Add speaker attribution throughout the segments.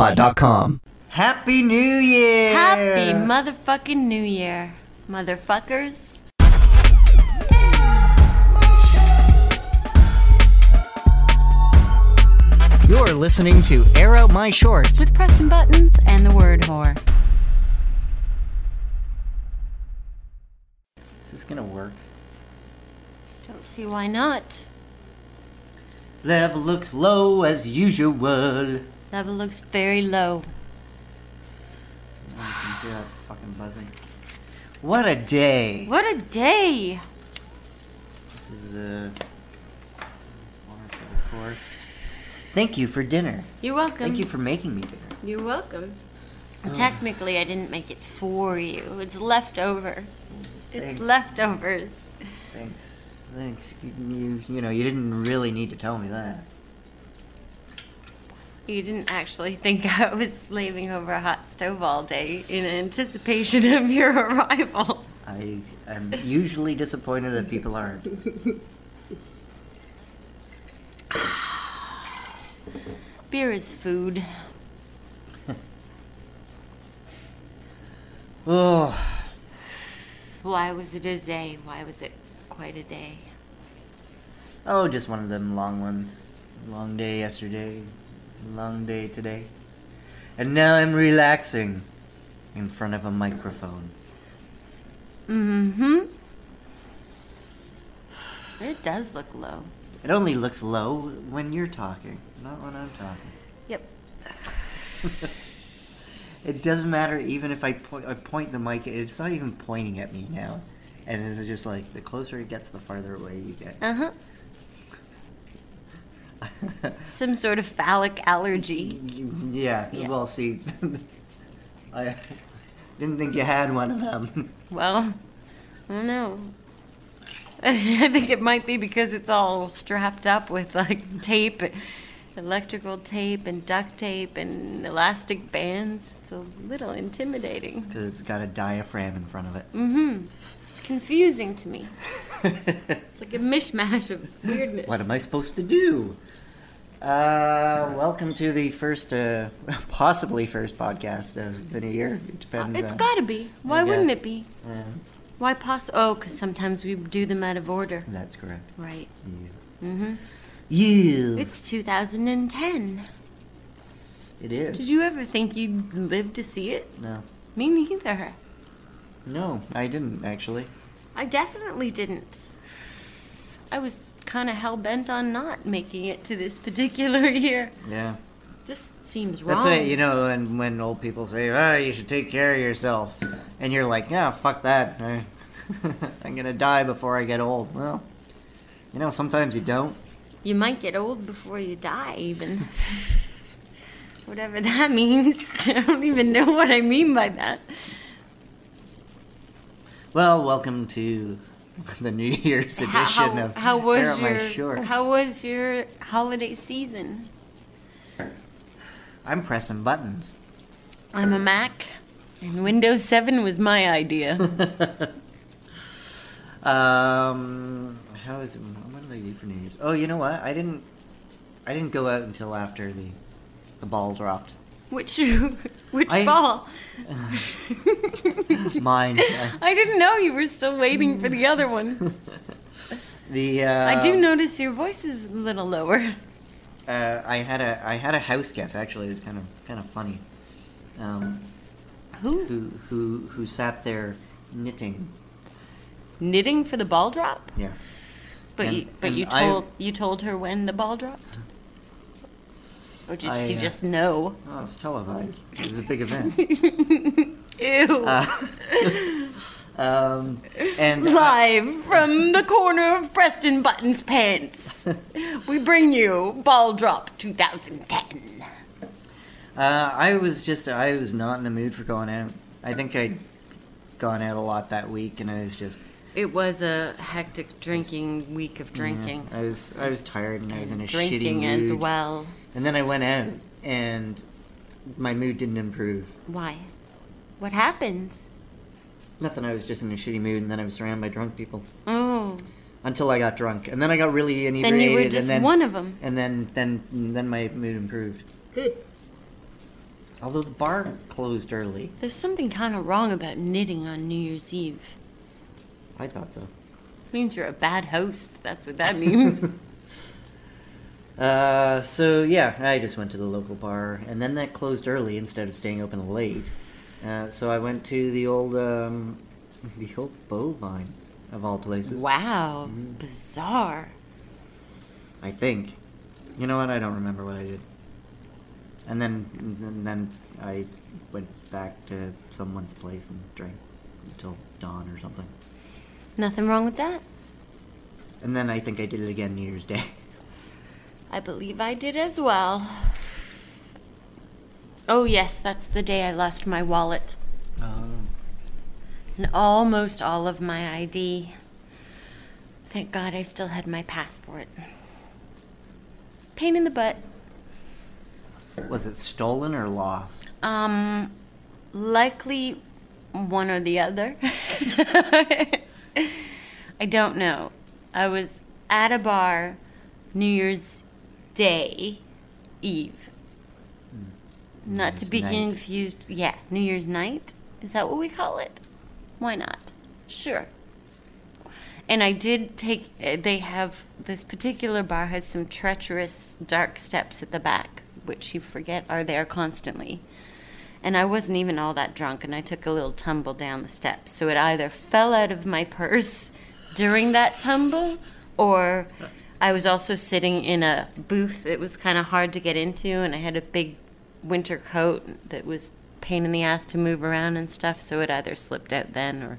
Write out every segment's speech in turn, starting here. Speaker 1: theitspot.com.
Speaker 2: Happy New Year!
Speaker 3: Happy motherfucking New Year, motherfuckers.
Speaker 2: You're listening to Air Out My Shorts.
Speaker 3: With Preston Buttons and the word whore.
Speaker 2: Is this gonna work?
Speaker 3: Don't see why not.
Speaker 2: Level looks low as usual.
Speaker 3: Level looks very low.
Speaker 2: Oh, I can hear that fucking buzzing. What a day!
Speaker 3: What a day!
Speaker 2: This is uh, a wonderful course. Thank you for dinner.
Speaker 3: You're welcome.
Speaker 2: Thank you Um. for making me dinner.
Speaker 3: You're welcome. Technically, I didn't make it for you. It's leftover. It's
Speaker 2: Thank-
Speaker 3: leftovers.
Speaker 2: Thanks. Thanks. You, you know, you didn't really need to tell me that.
Speaker 3: You didn't actually think I was slaving over a hot stove all day in anticipation of your arrival.
Speaker 2: I am usually disappointed that people aren't.
Speaker 3: Beer is food.
Speaker 2: Oh,
Speaker 3: Why was it a day? Why was it quite a day?
Speaker 2: Oh, just one of them long ones. Long day yesterday, long day today. And now I'm relaxing in front of a microphone.
Speaker 3: Mm-hmm. It does look low.
Speaker 2: It only looks low when you're talking, not when I'm talking.
Speaker 3: Yep.
Speaker 2: It doesn't matter even if I, po- I point the mic, it's not even pointing at me now. And it's just like the closer it gets, the farther away you get.
Speaker 3: Uh-huh. Some sort of phallic allergy.
Speaker 2: yeah,
Speaker 3: Yeah.
Speaker 2: well, see, I didn't think you had one of them.
Speaker 3: Well, I don't know. I think it might be because it's all strapped up with like tape, electrical tape and duct tape and elastic bands. It's a little intimidating.
Speaker 2: Because it's got a diaphragm in front of it.
Speaker 3: Mm-hmm. It's confusing to me. It's like a mishmash of weirdness.
Speaker 2: What am I supposed to do? Uh, welcome to the first, uh, possibly first podcast of the new year. It depends.
Speaker 3: It's
Speaker 2: on-
Speaker 3: gotta be. Why wouldn't it be?
Speaker 2: Yeah,
Speaker 3: Why poss? Oh, because sometimes we do them out of order.
Speaker 2: that's correct.
Speaker 3: Right.
Speaker 2: Yes.
Speaker 3: Mm-hmm.
Speaker 2: Yes.
Speaker 3: It's 2010.
Speaker 2: it is.
Speaker 3: Did you ever think you'd live to see it?
Speaker 2: no.
Speaker 3: Me neither.
Speaker 2: No, I didn't actually.
Speaker 3: I definitely didn't. I was kind of hell bent on not making it to this particular year.
Speaker 2: Yeah.
Speaker 3: Just seems wrong.
Speaker 2: That's why you know, and when old people say, "Ah, you should take care of yourself," and you're like, "Yeah, fuck that. I- I'm gonna die before I get old." Well, you know, sometimes you don't.
Speaker 3: You might get old before you die, even. Whatever that means. I don't even know what I mean by that.
Speaker 2: Well, welcome to the New Year's edition
Speaker 3: How- how,
Speaker 2: of
Speaker 3: how
Speaker 2: Air Out
Speaker 3: was
Speaker 2: My
Speaker 3: your
Speaker 2: Shorts.
Speaker 3: how was your holiday season?
Speaker 2: I'm pressing buttons.
Speaker 3: I'm a Mac, and Windows 7 was my idea.
Speaker 2: Um, how is it? What did I do for New Year's? Oh, you know what? I didn't. I didn't go out until after the the ball dropped.
Speaker 3: which which
Speaker 2: I-
Speaker 3: ball?
Speaker 2: Mine. uh,
Speaker 3: I didn't know you were still waiting for the other one.
Speaker 2: the uh,
Speaker 3: I do notice your voice is a little lower.
Speaker 2: Uh, I had a I had a house guest actually. It was kind of kind of funny. Um,
Speaker 3: Who?
Speaker 2: who who who sat there knitting?
Speaker 3: Knitting for the ball drop?
Speaker 2: Yes.
Speaker 3: But
Speaker 2: And-
Speaker 3: you but you
Speaker 2: and I-
Speaker 3: told you told her when the ball dropped? Or did
Speaker 2: I,
Speaker 3: she
Speaker 2: uh,
Speaker 3: just know?
Speaker 2: Oh, it was televised. It was a big event.
Speaker 3: Ew.
Speaker 2: Uh, um, and
Speaker 3: Live from the corner of Preston Button's pants, we bring you Ball Drop 2010.
Speaker 2: uh, I was just I was not in the mood for going out. I think I'd gone out a lot that week, and I was just mm,
Speaker 3: It was a hectic drinking week of drinking.
Speaker 2: I was I was tired, and I was in a shitty
Speaker 3: drinking
Speaker 2: mood.
Speaker 3: as well.
Speaker 2: And then I went out, and my mood didn't improve.
Speaker 3: Why? What happened?
Speaker 2: Nothing. I was just in a shitty mood, and then I was surrounded by drunk people
Speaker 3: Oh,
Speaker 2: until I got drunk, and then I got really inebriated,
Speaker 3: then you were just
Speaker 2: and then
Speaker 3: one of them.
Speaker 2: and then then then my mood improved.
Speaker 3: Good.
Speaker 2: Although the bar closed early.
Speaker 3: There's something kind of wrong about knitting on New Year's Eve.
Speaker 2: I thought so.
Speaker 3: means you're a bad host. That's what that means.
Speaker 2: Uh, so yeah, I just went to the local bar, and then that closed early instead of staying open late. Uh, so I went to the old, um, the old Bovine, of all places.
Speaker 3: wow.
Speaker 2: Mm.
Speaker 3: Bizarre.
Speaker 2: I think. You know what? I don't remember what I did. And then, and then I went back to someone's place and drank until dawn or something.
Speaker 3: Nothing wrong with that.
Speaker 2: And then I think I did it again New Year's Day.
Speaker 3: I believe I did as well. Oh, yes, that's the day I lost my wallet
Speaker 2: Oh.
Speaker 3: and almost all of my ID. Thank God I still had my passport. Pain in the butt.
Speaker 2: Was it stolen or lost?
Speaker 3: Um, likely one or the other. I don't know. I was at a bar New Year's Day Eve. Not to
Speaker 2: Mm. Year's
Speaker 3: be
Speaker 2: night.
Speaker 3: confused. Yeah, New Year's night? Is that what we call it? Why not? Sure. And I did take, uh, they have, this particular bar has some treacherous dark steps at the back, which you forget are there constantly. And I wasn't even all that drunk, and I took a little tumble down the steps. So it either fell out of my purse during that tumble, or I was also sitting in a booth that was kind of hard to get into, and I had a big winter coat that was pain in the ass to move around and stuff. So it either slipped out then, or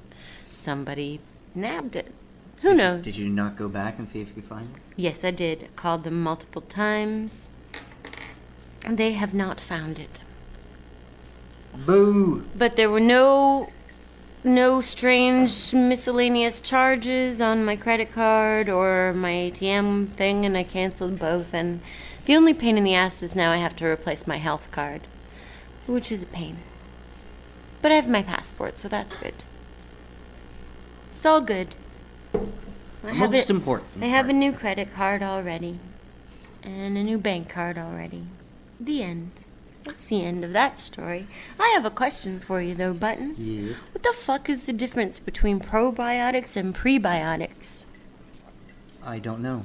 Speaker 3: somebody nabbed it. Who knows?
Speaker 2: Did you not go back and see if you could find it?
Speaker 3: Yes, I did. I called them multiple times. And They have not found it.
Speaker 2: Boo!
Speaker 3: But there were no no strange miscellaneous charges on my credit card or my ATM thing and I canceled both and the only pain in the ass is now I have to replace my health card, which is a pain. But I have my passport, so that's good. It's all good. I have
Speaker 2: Most
Speaker 3: it-
Speaker 2: important.
Speaker 3: I have a
Speaker 2: part.
Speaker 3: new credit card already, and a new bank card already. The end. That's the end of that story. I have a question for you, though, Buttons.
Speaker 2: Yes.
Speaker 3: What the fuck is the difference between probiotics and prebiotics?
Speaker 2: I don't know.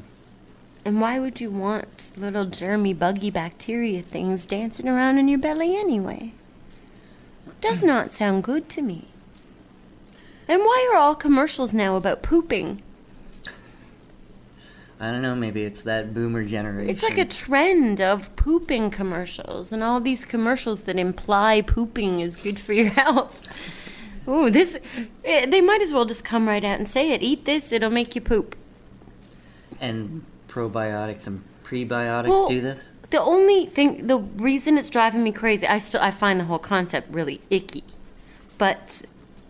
Speaker 3: And why would you want little germy, buggy bacteria things dancing around in your belly anyway? Does not sound good to me. And why are all commercials now about pooping?
Speaker 2: I don't know. Maybe it's that boomer generation.
Speaker 3: It's like a trend of pooping commercials and all these commercials that imply pooping is good for your health. Ooh, this eh, they might as well just come right out and say it. Eat this, it'll make you poop.
Speaker 2: and probiotics and prebiotics
Speaker 3: Well-
Speaker 2: do this.
Speaker 3: The only thing the reason it's driving me crazy, I still I find the whole concept really icky. But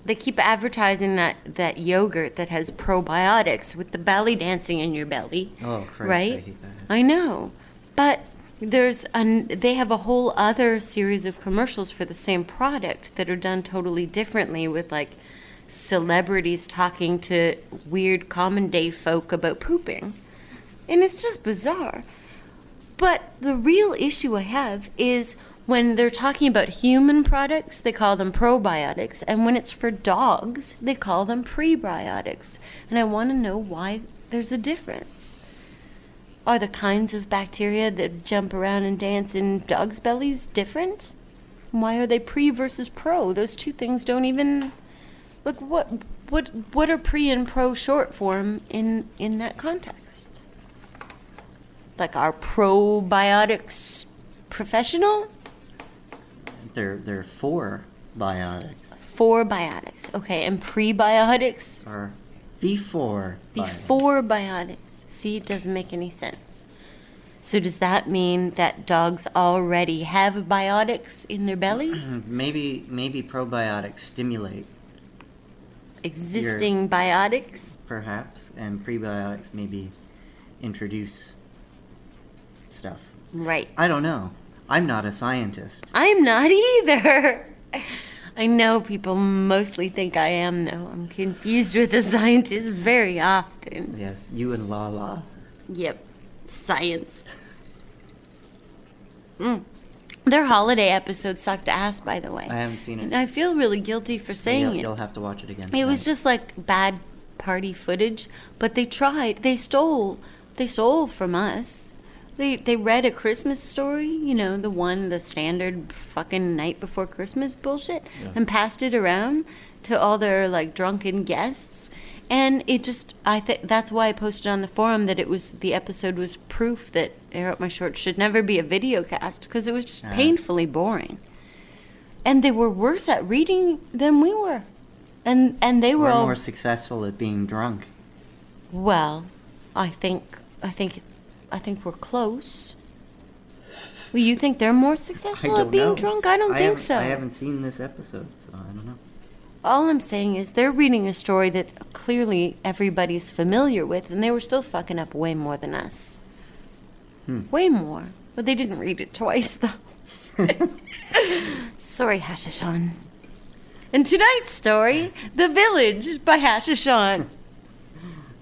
Speaker 3: they keep advertising that that yogurt that has probiotics with the belly dancing in your belly.
Speaker 2: Oh Christ! I
Speaker 3: right?
Speaker 2: hate that.
Speaker 3: I know, but there's an they have a whole other series of commercials for the same product that are done totally differently with like celebrities talking to weird common day folk about pooping, and it's just bizarre. But the real issue I have is when they're talking about human products, they call them probiotics, and when it's for dogs, they call them prebiotics. And I want to know why there's a difference. Are the kinds of bacteria that jump around and dance in dogs' bellies different? Why are they pre versus pro? Those two things don't even like what what what are pre and pro short form in in that context? Like our probiotics professional
Speaker 2: They're they're for biotics
Speaker 3: for biotics. Okay, and prebiotics
Speaker 2: or before. bio-
Speaker 3: before biotics. See, it doesn't make any sense. So does that mean that dogs already have biotics in their bellies?
Speaker 2: Hmm, Maybe maybe probiotics stimulate
Speaker 3: Existing biotics?
Speaker 2: perhaps, and prebiotics maybe introduce stuff.
Speaker 3: Right.
Speaker 2: I don't know. I'm not a scientist.
Speaker 3: I'm not either. I know people mostly think I am, though. I'm confused with a scientist very often.
Speaker 2: Yes, you and Lala.
Speaker 3: Yep. Science. Mm. Their holiday episode sucked ass, by the way.
Speaker 2: I haven't seen it.
Speaker 3: And I feel really guilty for saying
Speaker 2: you'll,
Speaker 3: it.
Speaker 2: you'll have to watch it again.
Speaker 3: It was
Speaker 2: tonight.
Speaker 3: just like bad party footage, but they tried. They stole. They stole from us. They they read a Christmas story, you know, the one the standard fucking night before Christmas bullshit,
Speaker 2: Yeah.
Speaker 3: and passed it around to all their like drunken guests. And it just, I think that's why I posted on the forum that it was the episode was proof that Air Up My Shorts should never be a video cast because it was just
Speaker 2: Ah.
Speaker 3: painfully boring. And they were worse at reading than we were. And and they were,
Speaker 2: We're
Speaker 3: all
Speaker 2: more successful at being drunk.
Speaker 3: well. I think I think I think we're close. Well, you think they're more successful
Speaker 2: I
Speaker 3: at
Speaker 2: don't
Speaker 3: being
Speaker 2: know.
Speaker 3: drunk? I don't think
Speaker 2: haven't-
Speaker 3: so.
Speaker 2: I haven't seen this episode, so I don't know.
Speaker 3: All I'm saying is they're reading a story that clearly everybody's familiar with, and they were still fucking up way more than us.
Speaker 2: Hmm.
Speaker 3: Way more. But they didn't read it twice, though. Sorry, Hashishan. And tonight's story, The Village by Hashishan.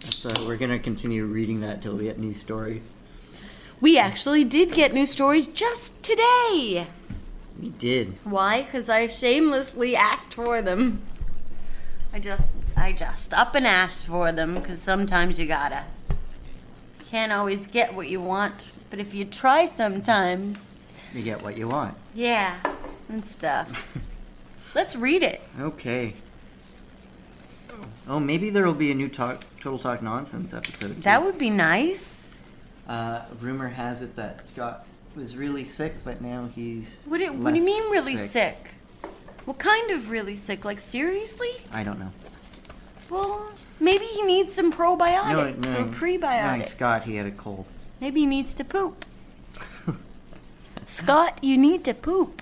Speaker 2: So we're gonna continue reading that till we get new stories.
Speaker 3: We actually did get new stories just today.
Speaker 2: We did.
Speaker 3: Why? Because I shamelessly asked for them. I just, I just up and asked for them because sometimes you gotta. Can't always get what you want, but if you try sometimes,
Speaker 2: You get what you want.
Speaker 3: yeah, and stuff. Let's read it.
Speaker 2: Okay. Oh, maybe there'll be a new talk, total talk nonsense episode. too.
Speaker 3: That would be nice.
Speaker 2: Uh, rumor has it that Scott was really sick, but now he's.
Speaker 3: What do, what do you
Speaker 2: less
Speaker 3: mean, really sick. What kind of really sick? Like, seriously?
Speaker 2: I don't know.
Speaker 3: Well, maybe he needs some probiotics or prebiotics.
Speaker 2: knowing Scott, he had a cold.
Speaker 3: Maybe he needs to poop. Scott, you need to poop.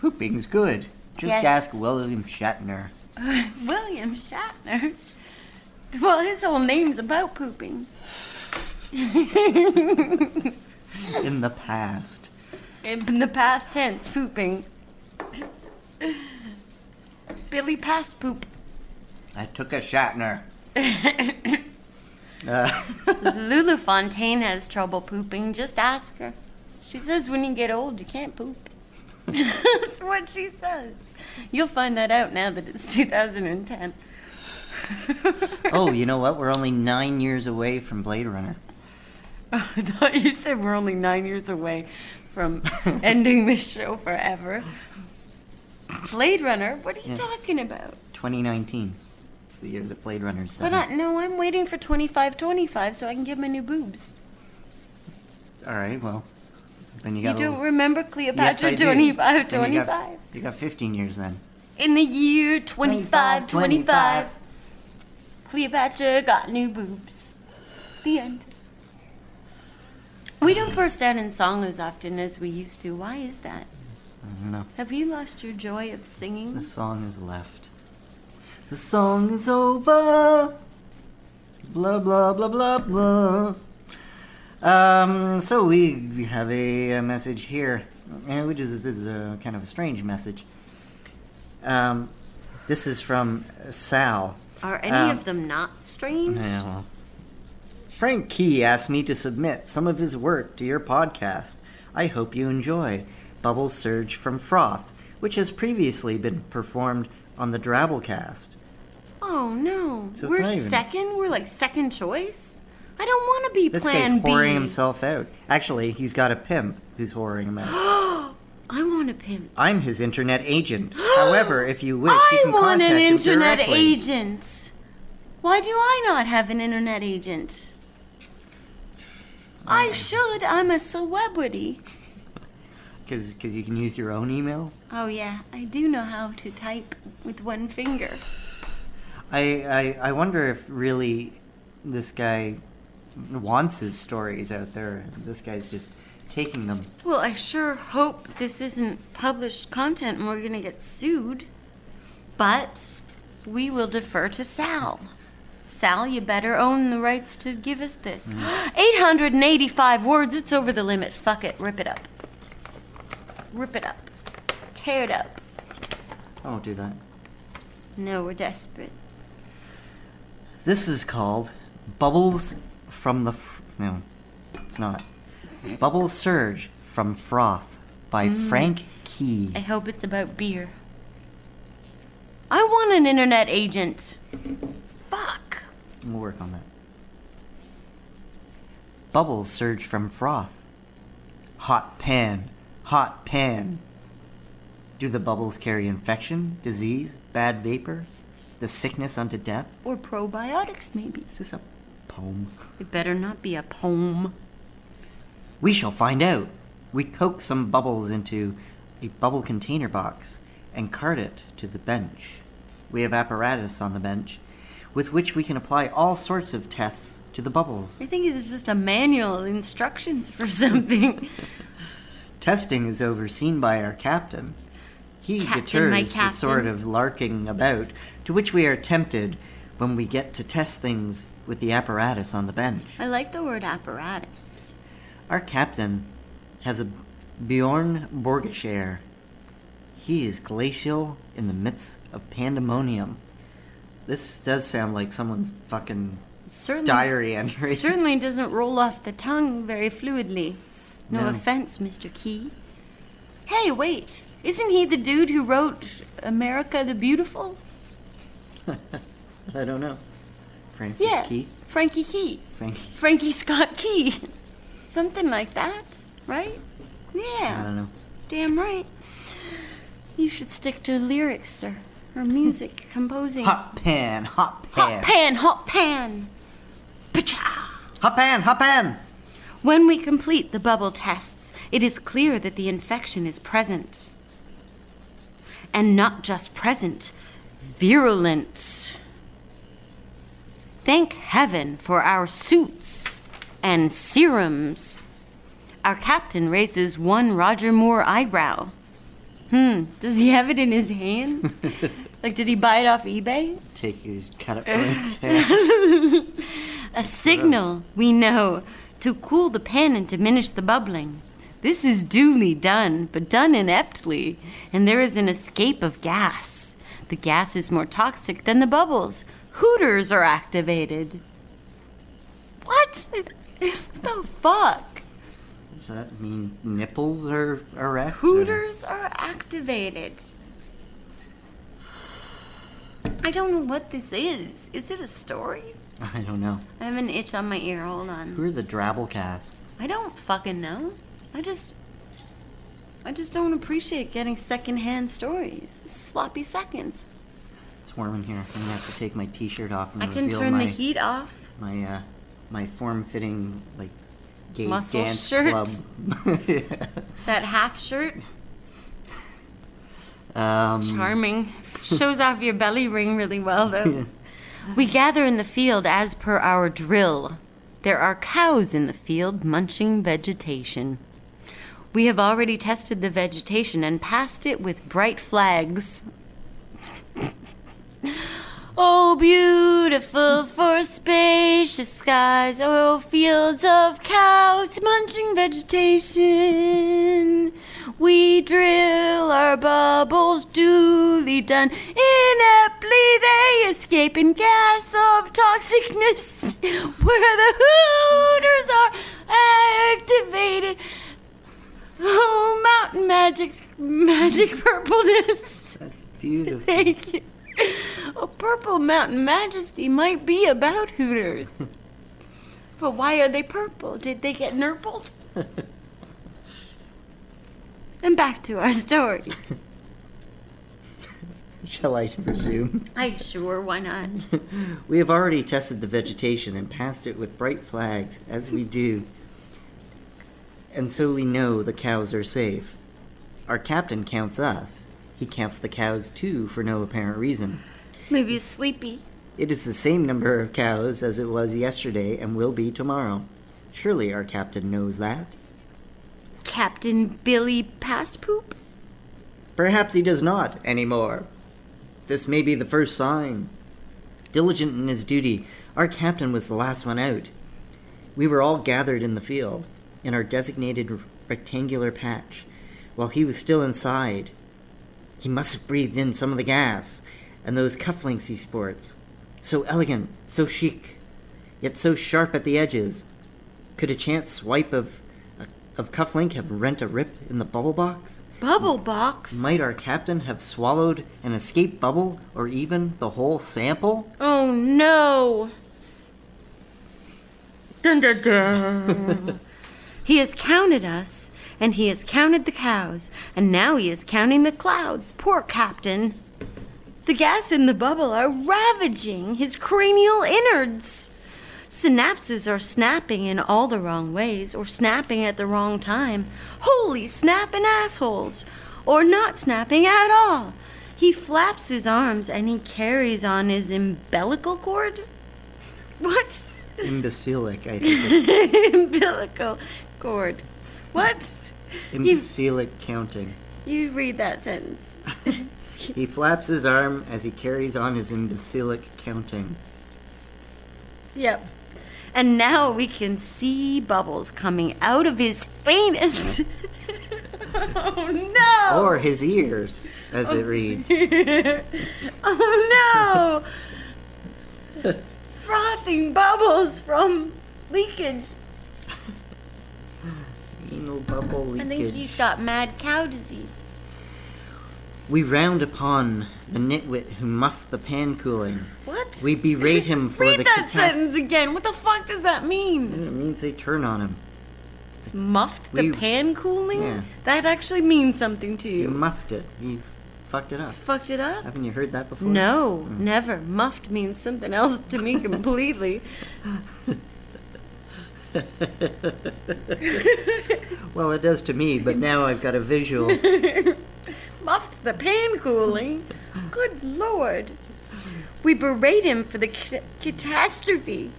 Speaker 2: Pooping's good. Just
Speaker 3: Yes.
Speaker 2: ask William Shatner.
Speaker 3: William Shatner. Well, his whole name's about pooping. In
Speaker 2: In the past.
Speaker 3: the past tense, pooping. Billy past poop.
Speaker 2: I took a Shatner. Uh,
Speaker 3: Lulu Fontaine has trouble pooping. Just ask her. She says when you get old, you can't poop. That's what she says. You'll find that out now that it's 2010.
Speaker 2: oh, you know what? We're only nine years away from Blade Runner.
Speaker 3: I thought you said we're only nine years away from ending this show forever. Blade Runner? What are you
Speaker 2: Yes. Uh-huh.
Speaker 3: talking about?
Speaker 2: 2019. It's the year that Blade Runner's set.
Speaker 3: But I, no, I'm waiting for 2525 so I can get my new boobs.
Speaker 2: All right, well, then you
Speaker 3: You
Speaker 2: got. a
Speaker 3: don't
Speaker 2: little-
Speaker 3: remember
Speaker 2: Yes, I
Speaker 3: Cleopatra
Speaker 2: do.
Speaker 3: 2525?
Speaker 2: Then you got- You got 15 years then.
Speaker 3: In the year 2525,
Speaker 2: 25.
Speaker 3: Cleopatra got new boobs. The end. We
Speaker 2: Uh-huh.
Speaker 3: don't burst out in song as often as we used to. Why is that?
Speaker 2: I don't know.
Speaker 3: Have you lost your joy of
Speaker 2: The
Speaker 3: singing?
Speaker 2: song is left. The song is over. Blah blah blah blah blah. Um, so we we have a, uh message here, and which is this is a kind of a strange message. Um, this is from Sal.
Speaker 3: Are any
Speaker 2: Um,
Speaker 3: of them not strange?
Speaker 2: Yeah, well. Frank Key asked me to submit some of his work to your podcast. I hope you enjoy Bubbles Surge from Froth, which has previously been performed on the Drabblecast.
Speaker 3: Oh no.
Speaker 2: So it's
Speaker 3: We're
Speaker 2: not even-
Speaker 3: second? We're like second choice? I don't want to be
Speaker 2: This
Speaker 3: plan
Speaker 2: guy's whoring
Speaker 3: B.
Speaker 2: himself out. Actually, he's got a pimp who's whoring him out.
Speaker 3: I want a pimp.
Speaker 2: I'm his internet agent. However, if you wish, you
Speaker 3: I
Speaker 2: can
Speaker 3: want
Speaker 2: contact
Speaker 3: an
Speaker 2: him
Speaker 3: internet
Speaker 2: directly.
Speaker 3: agent. Why do I not have an internet agent?
Speaker 2: Um,
Speaker 3: I should. I'm a celebrity.
Speaker 2: Because you can use your own email.
Speaker 3: Oh yeah, I do know how to type with one finger.
Speaker 2: I, I, I wonder if really this guy wants his stories out there. This guy's just taking them.
Speaker 3: Well, I sure hope this isn't published content and we're gonna get sued. But we will defer to Sal. Sal, you better own the rights to give us this. 885 words, it's over the limit. Fuck it, rip it up. Rip it up. Tear it up.
Speaker 2: I won't do that.
Speaker 3: No, we're desperate.
Speaker 2: This is called Bubbles from the. Fr- no, it's not. Bubbles Surge from Froth by
Speaker 3: Mm.
Speaker 2: Frank Key.
Speaker 3: I hope it's about beer. I want an internet agent. Fuck.
Speaker 2: We'll work on that. Bubbles surge from froth. Hot pan. Hot pan. Do the bubbles carry infection, disease, bad vapor, the sickness unto death?
Speaker 3: Or probiotics, maybe.
Speaker 2: Is this a poem?
Speaker 3: It better not be a poem.
Speaker 2: We shall find out. We coax some bubbles into a bubble container box and cart it to the bench. We have apparatus on the bench with which we can apply all sorts of tests to the bubbles.
Speaker 3: I think it's just a manual instructions for something.
Speaker 2: Testing is overseen by our captain. He
Speaker 3: Captain,
Speaker 2: deters
Speaker 3: my
Speaker 2: the sort
Speaker 3: captain.
Speaker 2: of larking about to which we are tempted when we get to test things with the apparatus on the bench.
Speaker 3: I like the word apparatus.
Speaker 2: Our captain has a Bjorn Borgish air. He is glacial in the midst of pandemonium. This does sound like someone's fucking
Speaker 3: Certainly,
Speaker 2: diary entry.
Speaker 3: Certainly doesn't roll off the tongue very fluidly. No,
Speaker 2: No.
Speaker 3: offense, Mr. Key. Hey, wait. Isn't he the dude who wrote America the Beautiful?
Speaker 2: I don't know. Francis Key?
Speaker 3: Frankie Key.
Speaker 2: Frank-
Speaker 3: Frankie Scott Key. Something like that, right?
Speaker 2: I
Speaker 3: Yeah.
Speaker 2: don't know.
Speaker 3: Damn right. You should stick to lyrics, sir, or music, composing.
Speaker 2: Hot pan, hot pan.
Speaker 3: Hot pan, hot pan. Pacha!
Speaker 2: hot pan, hot pan.
Speaker 3: When we complete the bubble tests, it is clear that the infection is present. And not just present, virulent. Thank heaven for our suits and serums. Our captain raises one Roger Moore eyebrow. Hmm, does he have it in his hand? like, did he buy it off eBay?
Speaker 2: Take his cut it from his hand.
Speaker 3: A signal, we know, to cool the pen and diminish the bubbling. This is duly done, but done ineptly, and there is an escape of gas. The gas is more toxic than the bubbles. Hooters are activated. What? what the fuck?
Speaker 2: Does that mean nipples are erect? or-
Speaker 3: Hooters are activated. I don't know what this is. Is it a story?
Speaker 2: I don't know.
Speaker 3: I have an itch on my ear. Hold on.
Speaker 2: Who are the Drabblecast?
Speaker 3: I don't fucking know. I just I just don't appreciate getting secondhand stories. Sloppy seconds.
Speaker 2: It's warm in here. I'm gonna have to take my T-shirt off and
Speaker 3: I can
Speaker 2: reveal
Speaker 3: turn
Speaker 2: my
Speaker 3: the heat off.
Speaker 2: my uh, my form-fitting like gay
Speaker 3: Muscle
Speaker 2: dance
Speaker 3: shirts?
Speaker 2: club.
Speaker 3: That half shirt,
Speaker 2: um,
Speaker 3: it's charming. Shows off your belly ring really well though. We gather in the field as per our drill. There are cows in the field munching vegetation. We have already tested the vegetation and passed it with bright flags. oh, beautiful for spacious skies, oh, fields of cows munching vegetation. We drill our bubbles duly done, ineptly they escape in gas of toxicness, where the hooters are activated. Oh, mountain magic, magic purpleness.
Speaker 2: That's beautiful.
Speaker 3: Thank you. A purple mountain majesty might be about Hooters. but why are they purple? Did they get nurpled? and back to our story.
Speaker 2: Shall I resume?
Speaker 3: I sure, why not?
Speaker 2: we have already tested the vegetation and passed it with bright flags, as we do. And so we know the cows are safe. Our captain counts us. He counts the cows too for no apparent reason.
Speaker 3: Maybe it's sleepy.
Speaker 2: It is the same number of cows as it was yesterday and will be tomorrow. Surely our captain knows that.
Speaker 3: Captain Billy Past Poop?
Speaker 2: Perhaps he does not anymore. This may be the first sign. Diligent in his duty, our captain was the last one out. We were all gathered in the field, in our designated r- rectangular patch, while he was still inside. He must have breathed in some of the gas, and those cufflinks he sports. So elegant, so chic, yet so sharp at the edges. Could a chance swipe of a of Cufflink have rent a rip in the bubble box?
Speaker 3: Bubble box?
Speaker 2: Might our captain have swallowed an escape bubble or even the whole sample?
Speaker 3: Oh no! Dun, dun, dun. he has counted us, and he has counted the cows, and now he is counting the clouds. Poor captain. The gas in the bubble are ravaging his cranial innards. Synapses are snapping in all the wrong ways, or snapping at the wrong time. Holy snapping assholes! Or not snapping at all. He flaps his arms and he carries on his umbilical cord? What?
Speaker 2: Imbecilic, I think.
Speaker 3: umbilical cord. What?
Speaker 2: Imbecilic counting.
Speaker 3: You read that sentence.
Speaker 2: He flaps his arm as he carries on his imbecilic counting.
Speaker 3: Yep. And now we can see bubbles coming out of his anus. oh no!
Speaker 2: Or his ears, as it reads.
Speaker 3: oh no! Frothing bubbles from leakage.
Speaker 2: Anal bubble
Speaker 3: I
Speaker 2: leakage.
Speaker 3: think he's got mad cow disease.
Speaker 2: We round upon the nitwit who muffed the pan cooling.
Speaker 3: What?
Speaker 2: We berate him for
Speaker 3: Read
Speaker 2: the
Speaker 3: that
Speaker 2: catastrophe.
Speaker 3: sentence again. What the fuck does that mean?
Speaker 2: It means they turn on him.
Speaker 3: Muffed the
Speaker 2: We-
Speaker 3: pan cooling?
Speaker 2: Yeah.
Speaker 3: That actually means something to
Speaker 2: He
Speaker 3: you.
Speaker 2: muffed it. He fucked it up.
Speaker 3: Fucked it up?
Speaker 2: Haven't you heard that before?
Speaker 3: No,
Speaker 2: Mm.
Speaker 3: never. Muffed means something else to me completely.
Speaker 2: Well, it does to me, but now I've got a visual.
Speaker 3: Muffed the pan cooling? Good lord. We berate him for the ca- catastrophe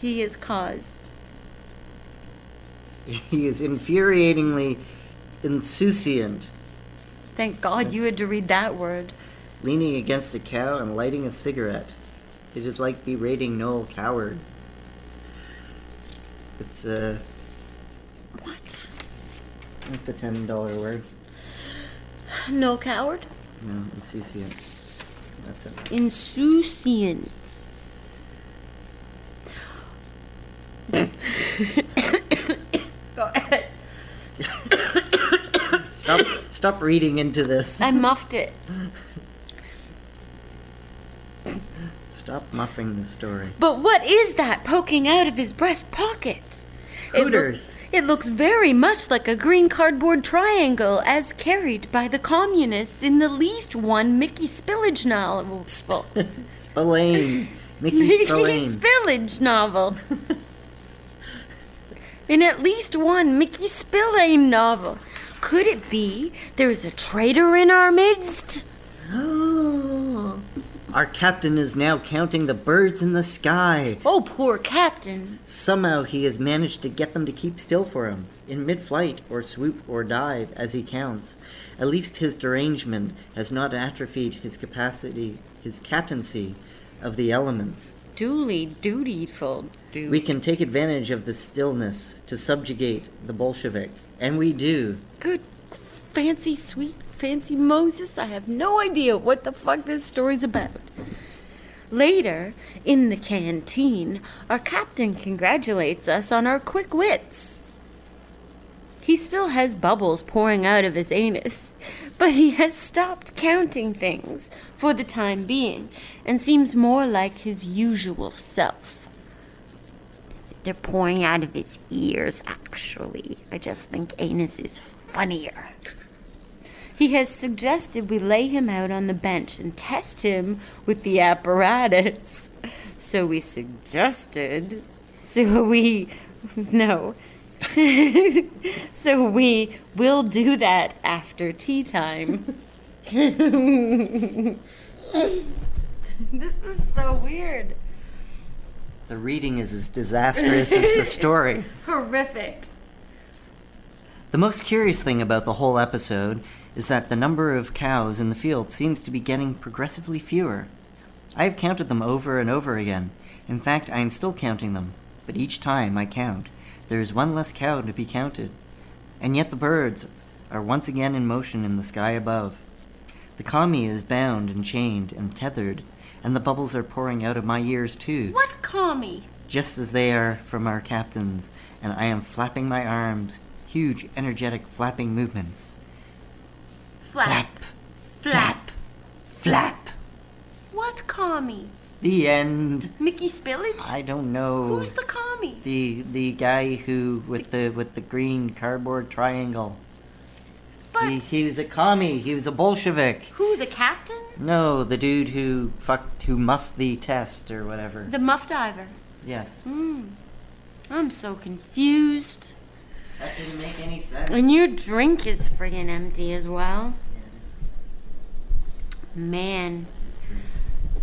Speaker 3: he has caused.
Speaker 2: he is infuriatingly insouciant,
Speaker 3: Thank God you had to read that word.
Speaker 2: leaning against a cow and lighting a cigarette. It is like berating Noel Coward. It's a
Speaker 3: What?
Speaker 2: it's a ten dollar word.
Speaker 3: No coward?
Speaker 2: No, insouciant. That's it.
Speaker 3: Insouciant. Go ahead.
Speaker 2: Stop stop reading into this.
Speaker 3: I muffed it.
Speaker 2: Stop muffing the story.
Speaker 3: But what is that poking out of his breast pocket? It loo-
Speaker 2: Hooters.
Speaker 3: It, looks very much like a green cardboard triangle as carried by the communists in the least one Mickey Spillage novel.
Speaker 2: Spillane. Mickey
Speaker 3: Mickey
Speaker 2: Spillane.
Speaker 3: Spillage novel. In at least one Mickey Spillane novel. Could it be there is a traitor in our midst?
Speaker 2: Our captain is now counting the birds in the sky.
Speaker 3: Oh, poor captain.
Speaker 2: Somehow he has managed to get them to keep still for him, in mid flight, or swoop, or dive, as he counts. At least his derangement has not atrophied his capacity, his captaincy of the elements.
Speaker 3: Duly dutiful dude.
Speaker 2: We can take advantage of the stillness to subjugate the Bolshevik, and we do.
Speaker 3: Good fancy sweet fancy Moses. I have no idea what the fuck this story's about. Later, in the canteen, our captain congratulates us on our quick wits. He still has bubbles pouring out of his anus, but he has stopped counting things for the time being and seems more like his usual self. They're pouring out of his ears, actually. I just think anus is funnier. He has suggested we lay him out on the bench and test him with the apparatus. So we suggested. So we. No. so we will do that after tea time. this is so weird.
Speaker 2: The reading is as disastrous as the story.
Speaker 3: Horrific.
Speaker 2: The most curious thing about the whole episode is that the number of cows in the field seems to be getting progressively fewer. I have counted them over and over again. In fact, I am still counting them, but each time I count, there is one less cow to be counted. And yet the birds are once again in motion in the sky above. The kami is bound and chained and tethered, and the bubbles are pouring out of my ears too
Speaker 3: What commie?
Speaker 2: just as they are from our captains, and I am flapping my arms huge, energetic, flapping movements.
Speaker 3: Flap.
Speaker 2: flap, flap.
Speaker 3: What commie?
Speaker 2: The end.
Speaker 3: Mickey Spillage?
Speaker 2: I don't know.
Speaker 3: Who's the commie?
Speaker 2: the the guy who with the with the green cardboard triangle?
Speaker 3: but
Speaker 2: He, he was a commie. He was a Bolshevik.
Speaker 3: who, the captain?
Speaker 2: No, the dude who fucked who muffed the test or whatever.
Speaker 3: The muff diver.
Speaker 2: yes.
Speaker 3: Mm. I'm so confused.
Speaker 2: That didn't make any sense.
Speaker 3: And your drink is friggin' empty as well. Man.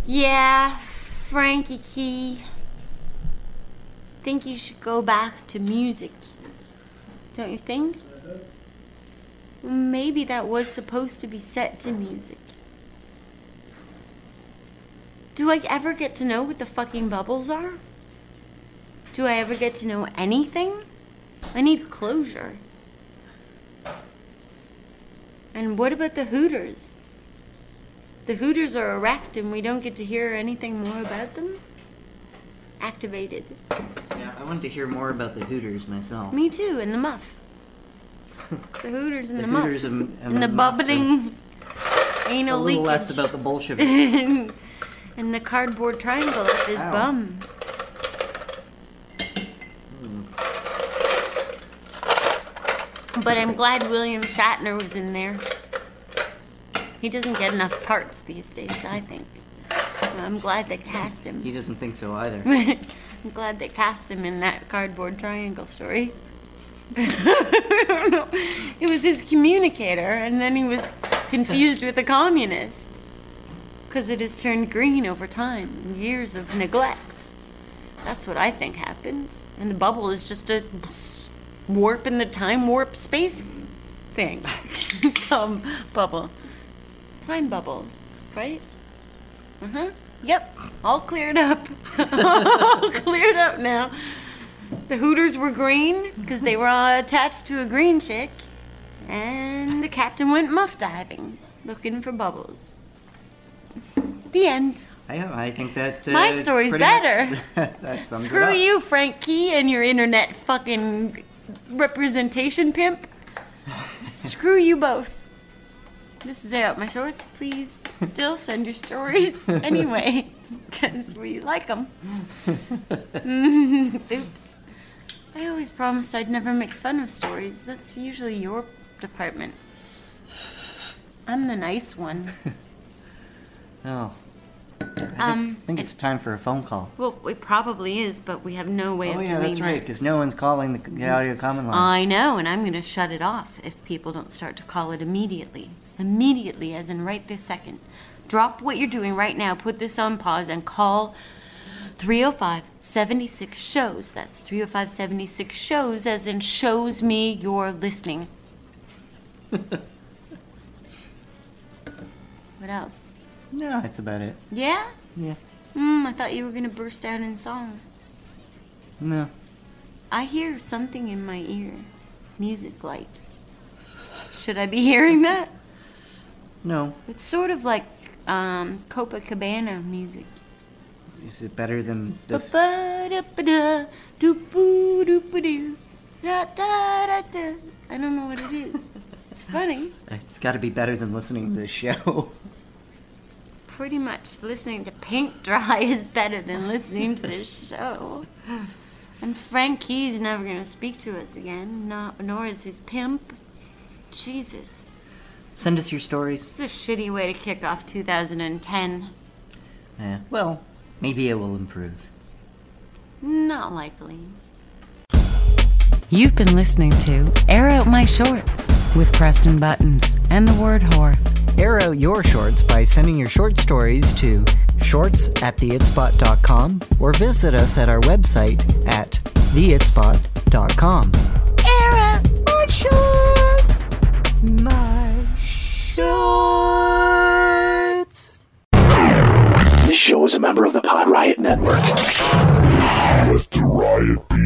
Speaker 3: Yeah, Frankie Key. Think you should go back to music. Don't you think? Maybe that was supposed to be set to music. Do I ever get to know what the fucking bubbles are? Do I ever get to know anything? I need closure. And what about the Hooters? The Hooters are erect and we don't get to hear anything more about them? Activated.
Speaker 2: Yeah, I wanted to hear more about the Hooters myself.
Speaker 3: Me too, and the muff. The Hooters and the,
Speaker 2: The
Speaker 3: muff.
Speaker 2: Hooters and- and
Speaker 3: And
Speaker 2: the
Speaker 3: the
Speaker 2: muff
Speaker 3: bubbling
Speaker 2: a
Speaker 3: anal
Speaker 2: little
Speaker 3: leakage.
Speaker 2: less about the Bolshevik.
Speaker 3: and the cardboard triangle up his
Speaker 2: Ow.
Speaker 3: bum. But I'm glad William Shatner was in there. He doesn't get enough parts these days, I think. I'm glad they cast him.
Speaker 2: he doesn't think so either.
Speaker 3: I'm glad they cast him in that cardboard triangle story. I don't know. It was his communicator, and then he was confused with a communist. Because it has turned green over time, years of neglect. That's what I think happened. And the bubble is just a s- warp in the time warp space thing. um, bubble. Time bubble, right? Uh huh. Yep. All cleared up. all cleared up now. The Hooters were green because they were uh, attached to a green chick, and the captain went muff diving looking for bubbles. The end.
Speaker 2: I, I think that uh,
Speaker 3: My story's
Speaker 2: pretty much-
Speaker 3: better.
Speaker 2: that sums it
Speaker 3: Screw
Speaker 2: up.
Speaker 3: you, Frank Key, and your internet fucking representation pimp. Screw you both. This is Air Out My Shorts. Please still send your stories anyway, because we like them. Oops. I always promised I'd never make fun of stories. That's usually your department. I'm the nice one.
Speaker 2: Oh,
Speaker 3: Um,
Speaker 2: I think it's time for a phone call.
Speaker 3: well, it probably is, but we have no way
Speaker 2: Oh
Speaker 3: of
Speaker 2: yeah,
Speaker 3: doing
Speaker 2: that's right.
Speaker 3: that.
Speaker 2: Because no one's calling the, the
Speaker 3: Mm-hmm.
Speaker 2: audio common line.
Speaker 3: I know, and I'm going to shut it off if people don't start to call it immediately. Immediately, as in right this second. Drop what you're doing right now, put this on pause, and call 305 76 shows. That's 305 76 shows, as in shows me you're listening. what else?
Speaker 2: no, that's about it.
Speaker 3: Yeah?
Speaker 2: Yeah.
Speaker 3: Mm, I thought you were going to burst out in song.
Speaker 2: No.
Speaker 3: I hear something in my ear, music like. Should I be hearing that?
Speaker 2: No.
Speaker 3: It's sort of like um, Copacabana music.
Speaker 2: Is it better than this?
Speaker 3: Ba-ba-da-ba-da, doo-boo-doo-ba-doo, da-da-da-da. I don't know what it is. it's funny.
Speaker 2: It's got to be better than listening to the show.
Speaker 3: Pretty much listening to Paint Dry is better than listening to this show. And Frank Key's never going to speak to us again, not, nor is his pimp. Jesus.
Speaker 2: Send us your stories.
Speaker 3: This is a shitty way to kick off 2010.
Speaker 2: Yeah. Well, maybe it will improve.
Speaker 3: Not likely. You've been listening to Air Out My Shorts with Preston Buttons and the Word Whore.
Speaker 2: Air out your shorts by sending your short stories to shorts at theitspot.com or visit us at our website at theitspot.com.
Speaker 3: Air Out My Shorts!
Speaker 2: My shorts!
Speaker 1: This show is a member of the Pod Riot Network.
Speaker 4: Let the riot be.